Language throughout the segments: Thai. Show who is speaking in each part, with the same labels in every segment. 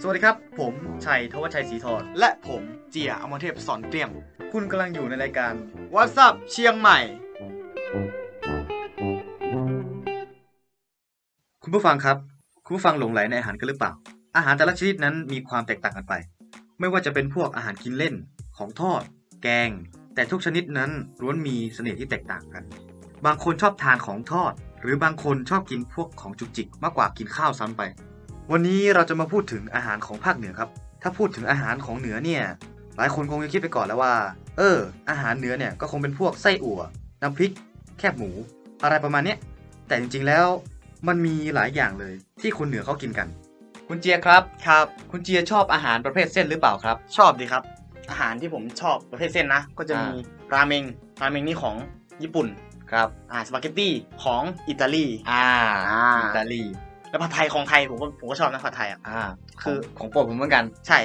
Speaker 1: สวัสดีครับ ผมชัยทวัชชัยศรีทอง
Speaker 2: และผมเจียอมรเทพสอนเตรียม
Speaker 1: คุณกำลังอยู่ในรายการ
Speaker 2: ว h a ซับเชียงใหม่
Speaker 1: คุณผู้ฟังครับ คุณผู้ฟังหลงไหลในอาหารกันหรือเปล่า อาหารแต่ละชนิดนั้นมีความแตกต่างกันไป ไม่ว่าจะเป็นพวกอาหารกินเล่น ของทอด แกง แต่ทุกชนิดนั้นล้วนมีเสน่ห์ที่แตกต่างกัน บางคนชอบทานของทอด หรือบางคนชอบกินพวกของจุกจิกมากกว่ากินข้าวซ้ำไป วันนี้เราจะมาพูดถึงอาหารของภาคเหนือครับ ถ้าพูดถึงอาหารของเหนือเนี่ย หลายคนคงจะคิดไปก่อนแล้วว่า เออ อาหารเหนือเนี่ยก็คงเป็นพวกไส้อั่ว น้ำพริก แคบหมู อะไรประมาณเนี้ย แต่จริงๆ แล้วมันมีหลายอย่างเลยที่คนเหนือเขากินกัน คุณเจียครับ
Speaker 2: ครับ
Speaker 1: คุณเจียชอบอาหารประเภทเส้นหรือเปล่าครับ
Speaker 2: ชอบดีครับ อาหารที่ผมชอบประเภทเส้นนะ ก็จะมีราเมง ราเมงนี่ของญี่ปุ่น
Speaker 1: ครับ
Speaker 2: อ่าสปาเกตตี้ของอิตาลี
Speaker 1: อ่า
Speaker 2: อ่า
Speaker 1: อิตาลี
Speaker 2: แล้วผัดไทยของไทยผมก็ผมก็ชอบนะผัดไทยอ่ะ
Speaker 1: อ่า
Speaker 2: คื
Speaker 1: คือ อของโปรดผมเหมือนกัน
Speaker 2: ใช่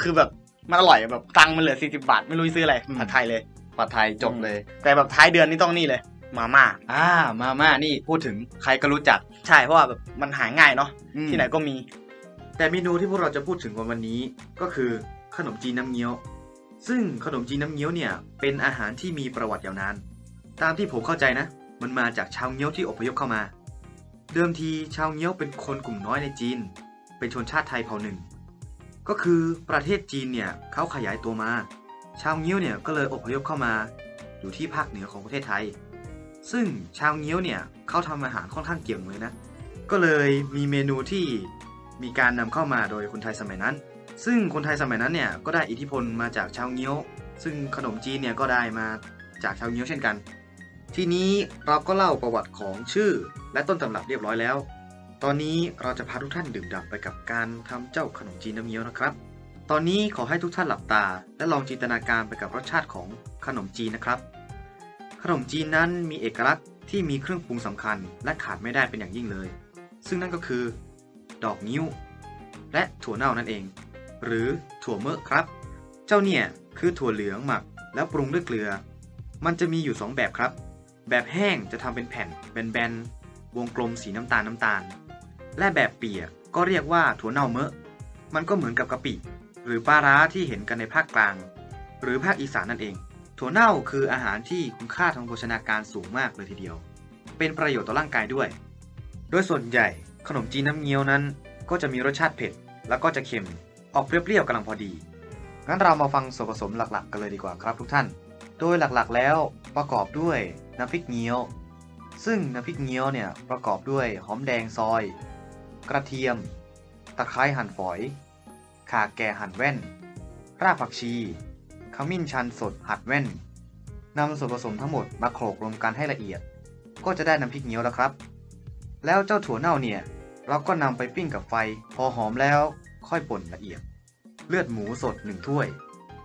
Speaker 2: คือแบบมันอร่อยอะแบบตังค์มันเหลือ 40 บาท ไม่รู้จะซื้ออะไร
Speaker 1: อืม
Speaker 2: ผัดไทยเลย
Speaker 1: ผัดไทยจบเลย
Speaker 2: แต่แบบท้ายเดือนนี่ต้องนี่เลย มาม่า
Speaker 1: อ่า มาม่านี่พูดถึงใครก็รู้จัก
Speaker 2: ใช่ เพราะว่าแบบมันหาง่ายเนาะ ที่
Speaker 1: ที่
Speaker 2: ไห
Speaker 1: ไห
Speaker 2: น
Speaker 1: น
Speaker 2: ก็มี
Speaker 1: แต่เมนูที่พวกเราจะพูดถึงวันนี้ก็คือขนมจีนน้ำเงี้ยว ซึ่งขนมจีนน้ำเงี้ยวเนี่ยเป็นอาหารที่มีประวัติยาวนาน ตามที่ผมเข้าใจนะ มันมาจากชาวเงี้ยวที่อพยพเข้ามา เดิมทีชาวเงี้ยวเป็นคนกลุ่มน้อยในจีน เป็นชนชาติไทยเผ่าหนึ่ง ก็คือประเทศจีนเนี่ยเขาขยายตัวมา ชาวเงี้ยวเนี่ยก็เลยอพยพเข้ามา อยู่ที่ภาคเหนือของประเทศไทย ซึ่งชาวเงี้ยวเนี่ยเขาทำอาหารค่อนข้างเก่งเลยนะ ก็เลยมีเมนูที่มีการนำเข้ามาโดยคนไทยสมัยนั้น ซึ่งคนไทยสมัยนั้นเนี่ยก็ได้อิทธิพลมาจากชาวเงี้ยว ซึ่งขนมจีนเนี่ยก็ได้มาจากชาวเงี้ยวเช่นกัน ทีนี้เราก็เล่าประวัติของชื่อและต้นตำรับเรียบร้อยแล้ว ตอนนี้เราจะพาทุกท่านดื่มด่ำไปกับการทำเจ้าขนมจีนน้ำเงี้ยวนะครับ ตอนนี้ขอให้ทุกท่านหลับตา และลองจินตนาการไปกับรสชาติของขนมจีนนะครับ ขนมจีนนั้นมีเอกลักษณ์ที่มีเครื่องปรุงสำคัญ และขาดไม่ได้เป็นอย่างยิ่งเลย ซึ่งนั่นก็คือ ดอกนิ้ว และถั่วเน่านั่นเอง หรือถั่วเมอะครับ เจ้าเนี่ยคือถั่วเหลืองหมักแล้วปรุงด้วยเกลือ มันจะมีอยู่สองแบบครับ แบบแห้งจะทำเป็นแผ่นแบนๆวงกลมสีน้ำตาลน้ำตาล และแบบเปียกก็เรียกว่าถั่วเน่าเมอะ มันก็เหมือนกับกะปิ หรือปลาร้าที่เห็นกันในภาคกลาง หรือภาคอีสานนั่นเอง ถั่วเน่าคืออาหารที่คุณค่าทางโภชนาการสูงมากเลยทีเดียว เป็นประโยชน์ต่อร่างกายด้วย โดยส่วนใหญ่ขนมจีนน้ำเงี้ยวนั้น ก็จะมีรสชาติเผ็ด แล้วก็จะเค็ม ออกเปรี้ยวๆกำลังพอดี งั้นเรามาฟังส่วนผสมหลักๆ กันเลยดีกว่าครับทุกท่าน โดยหลักๆแล้วประกอบด้วยน้ำพริกเงี้ยว ซึ่งน้ำพริกเงี้ยวเนี่ยประกอบด้วยหอมแดงซอย กระเทียม ตะไคร้หั่นฝอย ข่าแก่หั่นแว่น รากผักชี ขมิ้นชันสดหั่นแว่นนำส่วนผสมทั้งหมดมาโขลกรวมกันให้ละเอียด ก็จะได้น้ำพริกเงี้ยวแล้วครับ แล้วเจ้าถั่วเน่าเนี่ย เราก็นำไปปิ้งกับไฟ พอหอมแล้วค่อยป่นละเอียด เลือดหมูสดหนึ่งถ้วย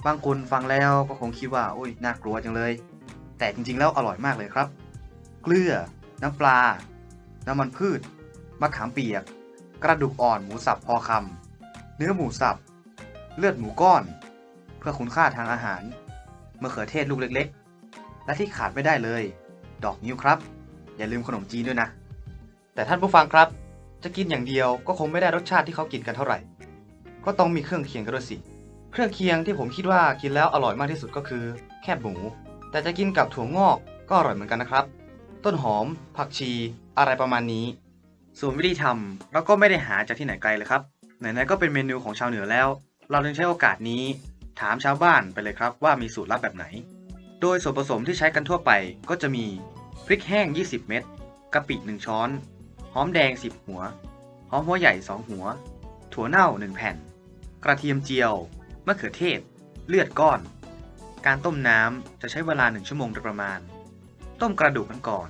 Speaker 1: บางคนฟังแล้วก็คงคิดว่าโอ้ยน่ากลัวจังเลย แต่จริงๆแล้วอร่อยมากเลยครับ เกลือ น้ำปลา น้ำมันพืช มะขามเปียก กระดูกอ่อนหมูสับพอคำเนื้อหมูสับ เลือดหมูก้อน เพื่อคุณค่าทางอาหารมะเขือเทศลูกเล็กๆ และที่ขาดไม่ได้เลย ดอกนิ้วครับ อย่าลืมขนมจีนด้วยนะ แต่ท่านผู้ฟังครับ จะกินอย่างเดียวก็คงไม่ได้รสชาติที่เขากินกันเท่าไหร่ ก็ต้องมีเครื่องเคียงกันด้วยสิ เครื่องเคียงที่ผมคิดว่ากินแล้วอร่อยมากที่สุดก็คือ แคบหมู แต่จะกินกับถั่วงอกก็อร่อยเหมือนกันนะครับ ต้นหอม ผักชี อะไรประมาณนี้ ส่วนวิธีทำเราก็ไม่ได้หาจากที่ไหนไกลเลยครับ ไหนๆก็เป็นเมนูของชาวเหนือแล้ว เราจึงใช้โอกาสนี้ ถามชาวบ้านไปเลยครับว่ามีสูตรลับแบบไหน โดยส่วนผสมที่ใช้กันทั่วไปก็จะมีพริกแห้ง 20 เม็ดกะปิ 1 ช้อน หอมแดง 10 หัว หอมหัวใหญ่ 2 หัว ถั่วเน่า 1 แผ่น กระเทียมเจียว มะเขือเทศ เลือดก้อน การต้มน้ำจะใช้เวลา 1 ชั่วโมงโดยประมาณ ต้มกระดูกกันก่อน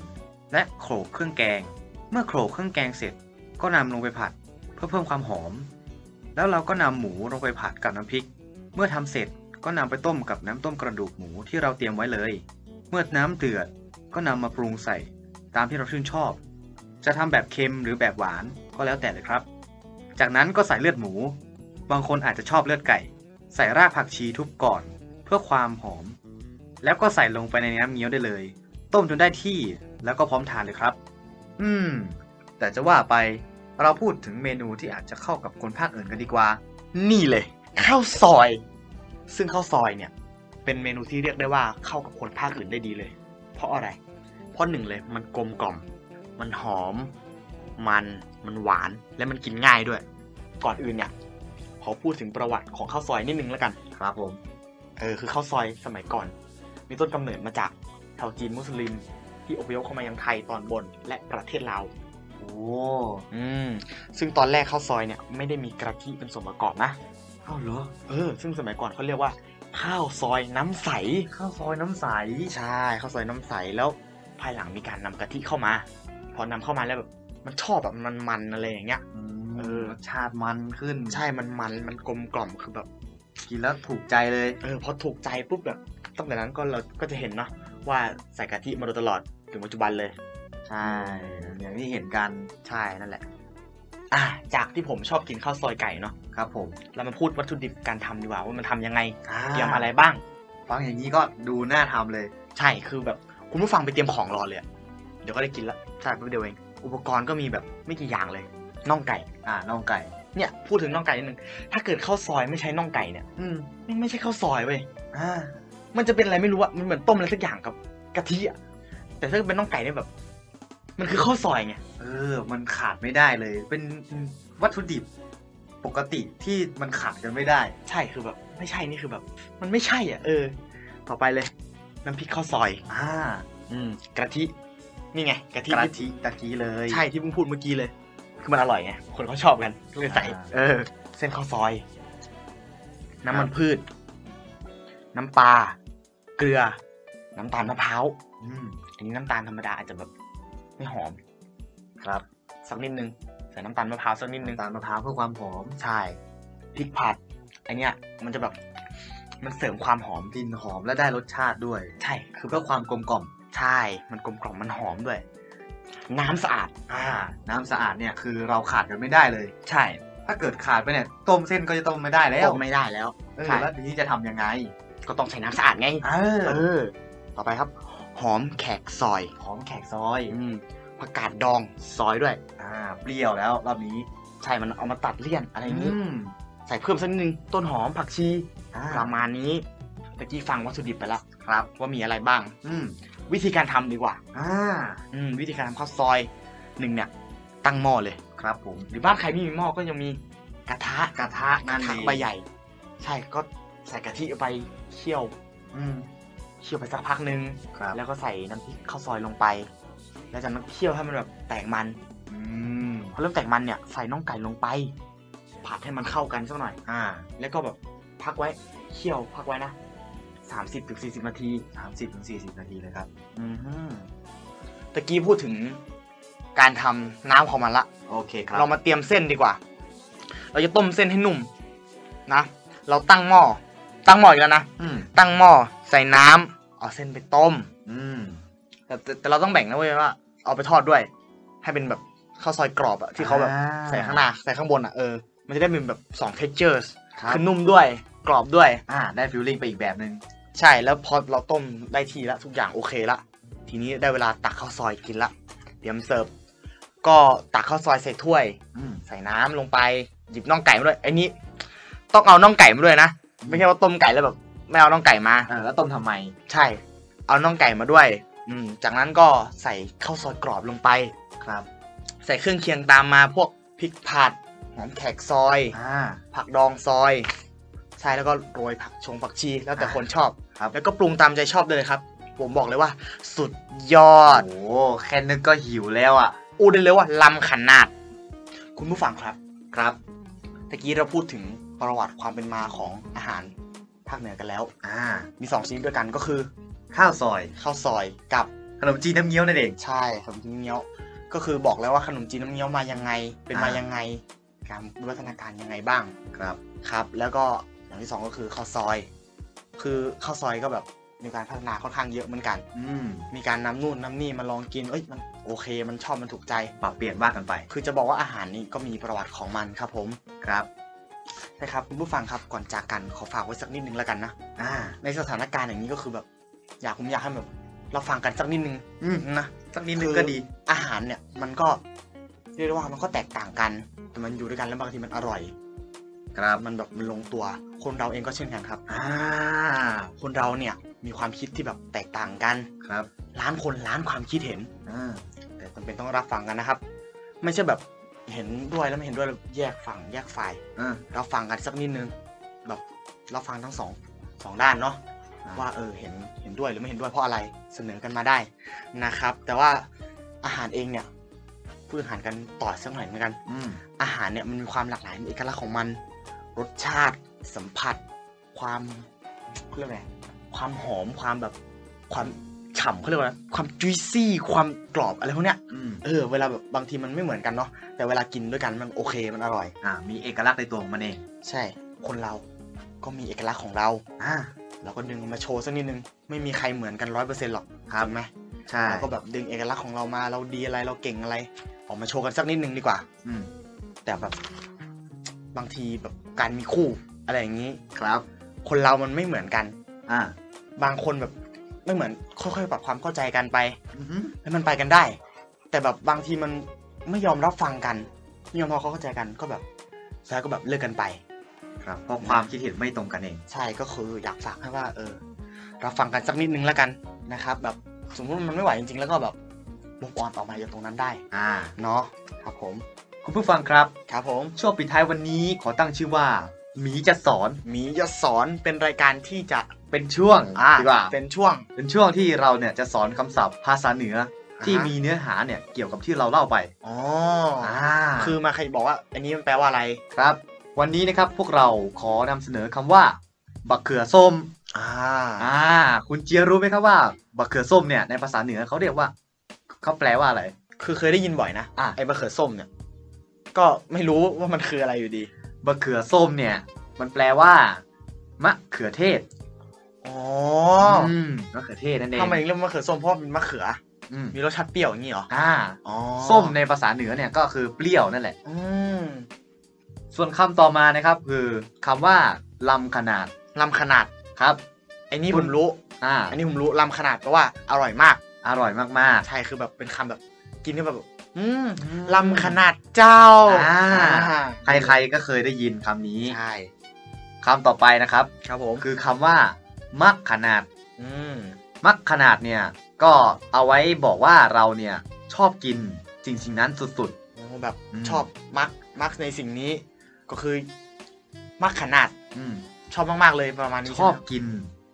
Speaker 1: และโขลกเครื่องแกง เมื่อโขลกเครื่องแกงเสร็จ ก็นำลงไปผัด เพื่อเพิ่มความหอม แล้วเราก็นำหมูลงไปผัดกับน้ำพริก เมื่อทำเสร็จก็นำไปต้มกับน้ำต้มกระดูกหมูที่เราเตรียมไว้เลย เมื่อน้ำเดือดก็นำมาปรุงใส่ ตามที่เราชื่นชอบ จะทำแบบเค็มหรือแบบหวานก็แล้วแต่เลยครับ จากนั้นก็ใส่เลือดหมู บางคนอาจจะชอบเลือดไก่ ใส่รากผักชีทุบก่อน เพื่อความหอม แล้วก็ใส่ลงไปในน้ำเงี้ยวได้เลย ต้มจนได้ที่แล้วก็พร้อมทานเลยครับ อืม แต่จะว่าไปเราพูดถึงเมนูที่อาจจะเข้ากับคนภาคอื่นกันดีกว่า
Speaker 2: นี่เลยข้าวซอย ซึ่งข้าวซอยเนี่ย เป็นเมนูที่เรียกได้ว่าเข้ากับคนภาคอื่นได้ดีเลย เพราะอะไร เพราะหนึ่งเลยมันกลมกล่อม มันหอม มันมันหวานและมันกินง่ายด้วย ก่อนอื่นเนี่ยขอพูดถึงประวัติของข้าวซอยนิดนึงแล้วกัน
Speaker 1: ครับผม
Speaker 2: เออคือข้าวซอยสมัยก่อน มีต้นกำเนิดมาจากชาวจีนมุสลิม ที่อพยพเข้ามายังไทยตอนบนและประเทศลาว
Speaker 1: โอ้
Speaker 2: อืม ซึ่งตอนแรกข้าวซอยเนี่ยไม่ได้มีกะทิเป็นส่วนประกอบนะ
Speaker 1: ข้าวเหรอ
Speaker 2: เออ ซึ่งสมัยก่อนเขาเรียกว่า ข้าวซอยน้ำใส
Speaker 1: ข้าวซอยน้ำใส
Speaker 2: ใช่ข้าวซอยน้ำใสแล้วภายหลังมีการนำกะทิเข้ามา พอนำเข้ามาแล้วแบบมันชอบแบบมันๆอะไรอย่างเงี้ย
Speaker 1: อืม
Speaker 2: เออ
Speaker 1: รสชาติมันขึ้น
Speaker 2: ใช่มันมันมันกลมกล่อมคือแบบ
Speaker 1: กินแล้วถูกใจเลย
Speaker 2: เออพอถูกใจปุ๊บแบบตั้งแต่นั้นก็เราก็จะเห็นเนาะว่าใส่กะทิมาโดยตลอดถึงปัจจุบันเลย
Speaker 1: ใช่อย่างที่เห็นกัน
Speaker 2: ใช่นั่นแหละ อ่ะจากที่ผมชอบกินข้าวซอยไก่เนาะ
Speaker 1: ครับผม
Speaker 2: เรามาพูดวัตถุดิบการทำดีกว่าว่ามันทำยังไง
Speaker 1: า
Speaker 2: เตรียมอะไรบ้าง
Speaker 1: ฟังอย่างนี้ก็ดูน่าทำเลย
Speaker 2: ใช่คือแบบคุณผู้ฟังไปเตรียมของรอเลยอะเดี๋ยวก็ได้กินละใช่แป๊บเดียวเอง อุปกรณ์ก็มีแบบไม่กี่อย่างเลยน่องไก่
Speaker 1: อ่าน่องไก่
Speaker 2: เนี่ยพูดถึงน่องไก่นิดนึงถ้าเกิดข้าวซอยไม่ใช้น่องไก่เนี่ย
Speaker 1: อืม
Speaker 2: ไม่งไม่ใช่ข้าวซอยเว้ย
Speaker 1: อ่า
Speaker 2: มันจะเป็นอะไรไม่รู้อะมันเหมือนต้มอะไรสักอย่างกับกะทิอะแต่ถ้าเป็นน่องไก่เนี่ยแบบ มันคือข้าวซอยไง
Speaker 1: เออ มันขาดไม่ได้เลย เป็นวัตถุดิบปกติที่มันขาดกันไม่ได้
Speaker 2: ใช่คือแบบ ไม่ใช่นี่คือแบบ มันไม่ใช่อ่ะเออ ต่อไปเลย น้ำพริกข้าวซอย
Speaker 1: อ่า
Speaker 2: อืมกะทินี่ไงกะทิ
Speaker 1: กะ
Speaker 2: ที่
Speaker 1: ทิตะกี้เลย
Speaker 2: ใช่ที่เพิ่งพูดเมื่อกี้เลย คือมันอร่อยไงคนเขาชอบกันก็เลยใส่
Speaker 1: อ่า
Speaker 2: เออ เส้นข้าวซอย น้ำมันพืช น้ำปลาเกลือ น้ำตาลมะพร้าว
Speaker 1: อืม
Speaker 2: อันนี้น้ำตาลธรรมดาอาจจะแบบไม่หอม
Speaker 1: ครับ
Speaker 2: สักนิดนึงใส่น้ำตาลมะพร้าวสักนิดนึง
Speaker 1: น้ำตาลมะพร้าวเพื่อความหอม
Speaker 2: ใช่พริกผัดอันเนี้ยมันจะแบบ มันเสริมความหอม
Speaker 1: กลิ่นหอมและได้รสชาติด้วย
Speaker 2: ใช่ คือ
Speaker 1: เพื่อความกลมกล่อม
Speaker 2: ใช่มันกลมกล่อมมันหอมด้วย น้ำสะอาด
Speaker 1: อ่า น้ำสะอาดเนี่ยคือเราขาดกันไม่ได้เลย
Speaker 2: ใช่
Speaker 1: ถ้าเกิดขาดไปเนี่ยต้มเส้นก็จะต้มไม่ได้แล้ว
Speaker 2: ต้มไม่ได้แล้ว
Speaker 1: เออ
Speaker 2: ใช่
Speaker 1: แล้วทีนี้จะทำยังไง
Speaker 2: ก็ต้องใช้น้ำสะอาดไง
Speaker 1: เออ
Speaker 2: เออ ต่อไปครับ หอมแขกซอย
Speaker 1: หอมแขกซอย
Speaker 2: อืมผักกาดดองซอยด้วย
Speaker 1: อ่าเปรี้ยวแล้วรอบนี้
Speaker 2: ใช่มันเอามาตัดเลี่ยนอะไรอย่างนี้
Speaker 1: อืม
Speaker 2: ใส่เพิ่มสักนิดนึงต้นหอมผักชี
Speaker 1: อ่า
Speaker 2: ประมาณนี้ตะกี้ฟังวัตถุดิบไปแล้ว
Speaker 1: ครับ
Speaker 2: ว่ามีอะไรบ้าง
Speaker 1: อืม
Speaker 2: วิธีการทำดีกว่า
Speaker 1: อ่า
Speaker 2: อืมวิธีการทำข้าวซอยหนึ่งเนี่ยตั้งหม้อเลย
Speaker 1: ครับผม
Speaker 2: หรือบ้านใครไม่มีหม้อก็ยังมีกระทะ
Speaker 1: กระทะ
Speaker 2: ก
Speaker 1: นั่
Speaker 2: ระ
Speaker 1: น
Speaker 2: ทะ
Speaker 1: เอง
Speaker 2: ใบใหญ่ ใช่ก็ใส่กะทิไปเคี่ยว
Speaker 1: อืม
Speaker 2: เคี่ยวไปสักพักหนึ่ง
Speaker 1: ครับ
Speaker 2: แล้วก็ใส่น้ำพริกข้าวซอยลงไป แล้วจากนั้นเคี่ยวให้มันแบบแตกมัน
Speaker 1: อืม
Speaker 2: พอเริ่มแตกมันเนี่ยใส่น่องไก่ลงไปผัดให้มันเข้ากันสักหน่อย
Speaker 1: อ่า
Speaker 2: แล้วก็แบบพักไว้เคี่ยวพักไว้นะสามสิบถึงสี่สิบนาที
Speaker 1: สามสิบถึงสี่สิบนาทีเลยครับ
Speaker 2: อืมตะกี้พูดถึงการทำน้ำของมันละ
Speaker 1: โอเคครับ
Speaker 2: เรามาเตรียมเส้นดีกว่า เราจะต้มเส้นให้นุ่มนะ เราตั้งหม้อ ตั้งหม้ออีกแล้วนะ
Speaker 1: อืม
Speaker 2: ตั้งหม้อใส่น้ำเอาเส้นไปต้ม
Speaker 1: อืม
Speaker 2: แต่แต่แต่เราต้องแบ่งนะเว้ยว่า เอาไปทอดด้วย ให้เป็นแบบข้าวซอยกรอบอะที่เขาแบบ
Speaker 1: อ่
Speaker 2: ใส่ข้างหน้าใส่ข้างบนอะเออ มันจะได้เป็นแบบสอง textures
Speaker 1: ครับ
Speaker 2: คือนุ่มด้วยกรอบด้วย
Speaker 1: อ่าได้ฟิลลิ่งไปอีกแบบหนึ่ง
Speaker 2: ใช่แล้วพอเราต้มได้ทีละทุกอย่างโอเคละ ทีนี้ได้เวลาตักข้าวซอยกินละ เตรียมเสิร์ฟก็ตักข้าวซอยใส่ถ้วย
Speaker 1: อืม
Speaker 2: ใส่น้ำลงไปหยิบน่องไก่มาด้วยไอ้นี่ต้องเอาน่องไก่มาด้วยนะไม่ใช่ว่าต้มไก่แล้วแบบไม่เอาน่องไก่มา
Speaker 1: อ่าแล้วต้มทำไม
Speaker 2: ใช่ เอาน่องไก่มาด้วย อืมจากนั้นก็ใส่ข้าวซอยกรอบลงไป
Speaker 1: ครับ
Speaker 2: ใส่เครื่องเคียงตามมาพวกพริกผัดหอมแขกซอย
Speaker 1: อ่า
Speaker 2: ผักดองซอย ใช่แล้วก็โรยผักชงผักชีแล้วแต่คนชอบ
Speaker 1: ครับ
Speaker 2: แล้วก็ปรุงตามใจชอบเลยครับ ผมบอกเลยว่า สุดยอด
Speaker 1: โอ้โหแค่นึกก็หิวแล้วอ่ะ
Speaker 2: อูดได้เลยว่าล้ำขนาด คุณผู้ฟังครับ
Speaker 1: ครับ
Speaker 2: ตะกี้เราพูดถึงประวัติความเป็นมาของอาหารภาคเหนือกันแล้ว
Speaker 1: อ่า
Speaker 2: มีสองชนิดด้วยกันก็คือ
Speaker 1: ข้าวซอย
Speaker 2: ข้าวซอยกับ
Speaker 1: ขนมจีนน้ำเงี้ยวนั่นเอง
Speaker 2: ใช่ขนมจีนน้ำเงี้ยว ก็คือบอกแล้วว่าขนมจีนน้ำเงี้ยวมายังไง เป็นมา
Speaker 1: อ่ายั
Speaker 2: ยังไง การวิวัฒนาการยังไงบ้าง
Speaker 1: ครับ
Speaker 2: ครับ แล้วก็อย่างที่สองก็คือข้าวซอย คือข้าวซอยก็แบบมีการพัฒนาค่อนข้างเยอะเหมือนกัน
Speaker 1: อืม
Speaker 2: มีการนำนู่นนำนี่มาลองกินเอ้ยมันโอเค มันชอบมันถูกใจ
Speaker 1: ปรับเปลี่ยนว่ากันไป
Speaker 2: คือจะบอกว่าอาหารนี้ก็มีประวัติของมันครับผม
Speaker 1: ครับ
Speaker 2: นะครับคุณผู้ฟังครับก่อนจากกันขอฝากไว้สักนิดนึงแล้วกันนะ
Speaker 1: อ่า
Speaker 2: ในสถานการณ์อย่างนี้ก็คือแบบ อยากผมอยากให้แบบเราฟังกันสักนิดนึง
Speaker 1: อืม
Speaker 2: นะ
Speaker 1: สักนิดนึงก็ดี
Speaker 2: อาหารเนี่ยมันก็เรียกได้ว่ามันก็แตกต่างกัน แต่มันอยู่ด้วยกันแล้วบางทีมันอร่อย
Speaker 1: ครับ
Speaker 2: มันแบบมันลงตัว คนเราเองก็เช่นกันครับ
Speaker 1: อ่า
Speaker 2: คนเราเนี่ยมีความคิดที่แบบแตกต่างกัน
Speaker 1: ครับ
Speaker 2: ล้านคนล้านความคิดเห็น
Speaker 1: อ่า
Speaker 2: แต่จำเป็นต้องรับฟังกันนะครับ ไม่ใช่แบบเห็นด้วยแล้วไม่เห็นด้วยแล้วแยกฝั่งแยกฝ่าย
Speaker 1: อ่า
Speaker 2: รับฟังกันสักนิดนึงแบบรับฟังทั้งสองสองด้านเนาะ
Speaker 1: อ่า
Speaker 2: ว่าเออเห็นเห็นด้วยหรือไม่เห็นด้วยเพราะอะไรเสนอกันมาได้นะครับ แต่ว่าอาหารเองเนี่ยพูดอาหารกันต่อสักหน่อยเหมือนกัน
Speaker 1: อืม
Speaker 2: อาหารเนี่ยมันมีความหลากหลายมีเอกลักษณ์ของมัน รสชาติสัมผัส ความเขาเรียกว่าไงความหอมความแบบความฉ่ำเขาเรียกว่าอะไรความจุยซี่ความกรอบอะไรพวกเนี้ย
Speaker 1: อืม
Speaker 2: เออเวลาแบบบางทีมันไม่เหมือนกันเนาะแต่เวลากินด้วยกันมันโอเคมันอร่อย
Speaker 1: อ่ามีเอกลักษณ์ในตัวของมันเอง
Speaker 2: ใช่ คนเราก็มีเอกลักษณ์ของเรา
Speaker 1: อ่า
Speaker 2: เราก็ดึงมาโชว์สักนิดนึง ไม่มีใครเหมือนกันร้อยเปอร์เซ็นต์หรอก
Speaker 1: ครับ
Speaker 2: จงไหม
Speaker 1: ใช่
Speaker 2: เราก็แบบดึงเอกลักษณ์ของเรามาเราดีอะไรเราเก่งอะไร ออกมาโชว์กันสักนิดนึงดีกว่า
Speaker 1: อืม
Speaker 2: แต่แบบบางทีแบบการมีคู่อะไรอย่างนี้
Speaker 1: ครับ
Speaker 2: คนเรามันไม่เหมือนกัน
Speaker 1: อ่า
Speaker 2: บางคนแบบไม่เหมือนค่อยๆปรับความเข้าใจกันไป
Speaker 1: อือหือ
Speaker 2: แล้วมันไปกันได้ แต่แบบบางทีมันไม่ยอมรับฟังกันไม่ยอมพอเข้าใจกันก็แบบสุดท้ายก็แบบเลิกกันไป
Speaker 1: ครับเพราะความคิดเห็นไม่ตรงกันเอง
Speaker 2: ใช่ก็คืออยากฝากให้ว่า เออรับฟังกันสักนิดนึงแล้วกันนะครับ แบบสมมติมันไม่ไหวจริงๆ แล้วก็แบบมุกออนออกมาจากตรงนั้นได้
Speaker 1: อ่า
Speaker 2: เนาะครับผม
Speaker 1: คุณผู้ฟังครับ
Speaker 2: ครับผม
Speaker 1: ช่วงปิดท้ายวันนี้ขอตั้งชื่อว่าหมีจะสอน
Speaker 2: หมียศสอนเป็นรายการที่จะ
Speaker 1: เป็นช่วง
Speaker 2: อ่า
Speaker 1: ดีกว่า
Speaker 2: เป็นช่วง
Speaker 1: เป็นช่วงที่เราเนี่ยจะสอนคำศัพท์ภาษาเหนือ
Speaker 2: อ่าฮะ
Speaker 1: ที่มีเนื้อหาเนี่ยเกี่ยวกับที่เราเล่าไป
Speaker 2: อ๋อ
Speaker 1: อ่า
Speaker 2: คือมาใครบอกว่า อันนี้มันแปลว่าอะไร
Speaker 1: ครับ วันนี้นะครับพวกเราขอนำเสนอคำว่า บักเขือส้ม
Speaker 2: อ่า
Speaker 1: อ่าคุณเจียรู้ไหมครับว่า บักเขือส้มเนี่ยในภาษาเหนือเขาเรียกว่าเขาแปลว่าอะไร
Speaker 2: คือเคยได้ยินบ่อยนะ
Speaker 1: อ่ะ
Speaker 2: ไอ้มะเขือส้มเนี่ย ก็ไม่รู้ว่ามันคืออะไรอยู่ดี
Speaker 1: บักเขือส้มเนี่ยมันแปลว่ามะเขือเทศ
Speaker 2: อ๋อ
Speaker 1: มมะเขือเทศนั่นเอง
Speaker 2: ทำไมถึงเรียกว่ามะเขือส้มเพราะมันมะเขือ
Speaker 1: อืม
Speaker 2: มีรสชาติเปรี้ยวอย่างนี้เหรอ
Speaker 1: อ่า
Speaker 2: อ๋อ
Speaker 1: ส้มในภาษาเหนือเนี่ยก็คือเปรี้ยวนั่นแหละ
Speaker 2: อืม
Speaker 1: ส่วนคำต่อมานะครับคือคำว่าลำขนาด
Speaker 2: ลำขนาด
Speaker 1: ครับ
Speaker 2: ไอ้นี่
Speaker 1: คุ
Speaker 2: ผ
Speaker 1: ณ
Speaker 2: มรู้
Speaker 1: อ่า
Speaker 2: อันนี้ผมรู้ลำขนาดแปลว่าอร่อยมาก
Speaker 1: อร่อยมาก
Speaker 2: ใช่คือแบบเป็นคำแบบ กินแล้วแบบอืม
Speaker 1: ๆ
Speaker 2: ลำขนาดเจ้า
Speaker 1: อ่า
Speaker 2: อ่า
Speaker 1: ใครๆก็เคยได้ยินคำนี้
Speaker 2: ใช่
Speaker 1: คำต่อไปนะครับ
Speaker 2: ครับผม
Speaker 1: คือคำว่า มักขนาด
Speaker 2: อืม
Speaker 1: มักขนาดเนี่ยก็เอาไว้บอกว่าเราเนี่ยชอบกินจริงสิ่งๆนั้นสุด
Speaker 2: โอ้แบบ
Speaker 1: อืม
Speaker 2: ชอบมักมักในสิ่งนี้ ก็คือ มักขนาด
Speaker 1: ๆอม
Speaker 2: ชอบมากๆเลยประมาณนี้
Speaker 1: ชอบ
Speaker 2: ใไหม
Speaker 1: กิน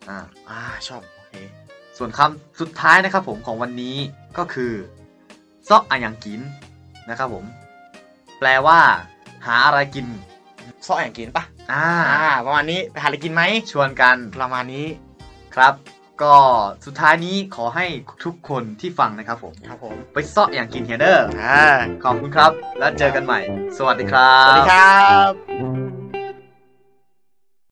Speaker 1: อ่า
Speaker 2: อ่าชอบโอเค
Speaker 1: ส่วนคำสุดท้ายนะครับผมของวันนี้ก็คือซอกอะหยังกินนะครับผม แปลว่า หาอะไรกิน
Speaker 2: ซอสอย่างกินปะ
Speaker 1: อ่า
Speaker 2: อ่า ประมาณนี้ไปหาอะไรกินไหม
Speaker 1: ชวนกัน
Speaker 2: ประมาณนี้
Speaker 1: ครับ ก็สุดท้ายนี้ขอให้ทุกคนที่ฟังนะครับผม
Speaker 2: ครับผม
Speaker 1: ไปเซาะอย่างกินเฮยเดอร์
Speaker 2: อ่า
Speaker 1: ขอบคุณครับ แล้วเจอกันใหม่ สวัสดีครับ
Speaker 2: สวัสดีครับ
Speaker 3: Thank you.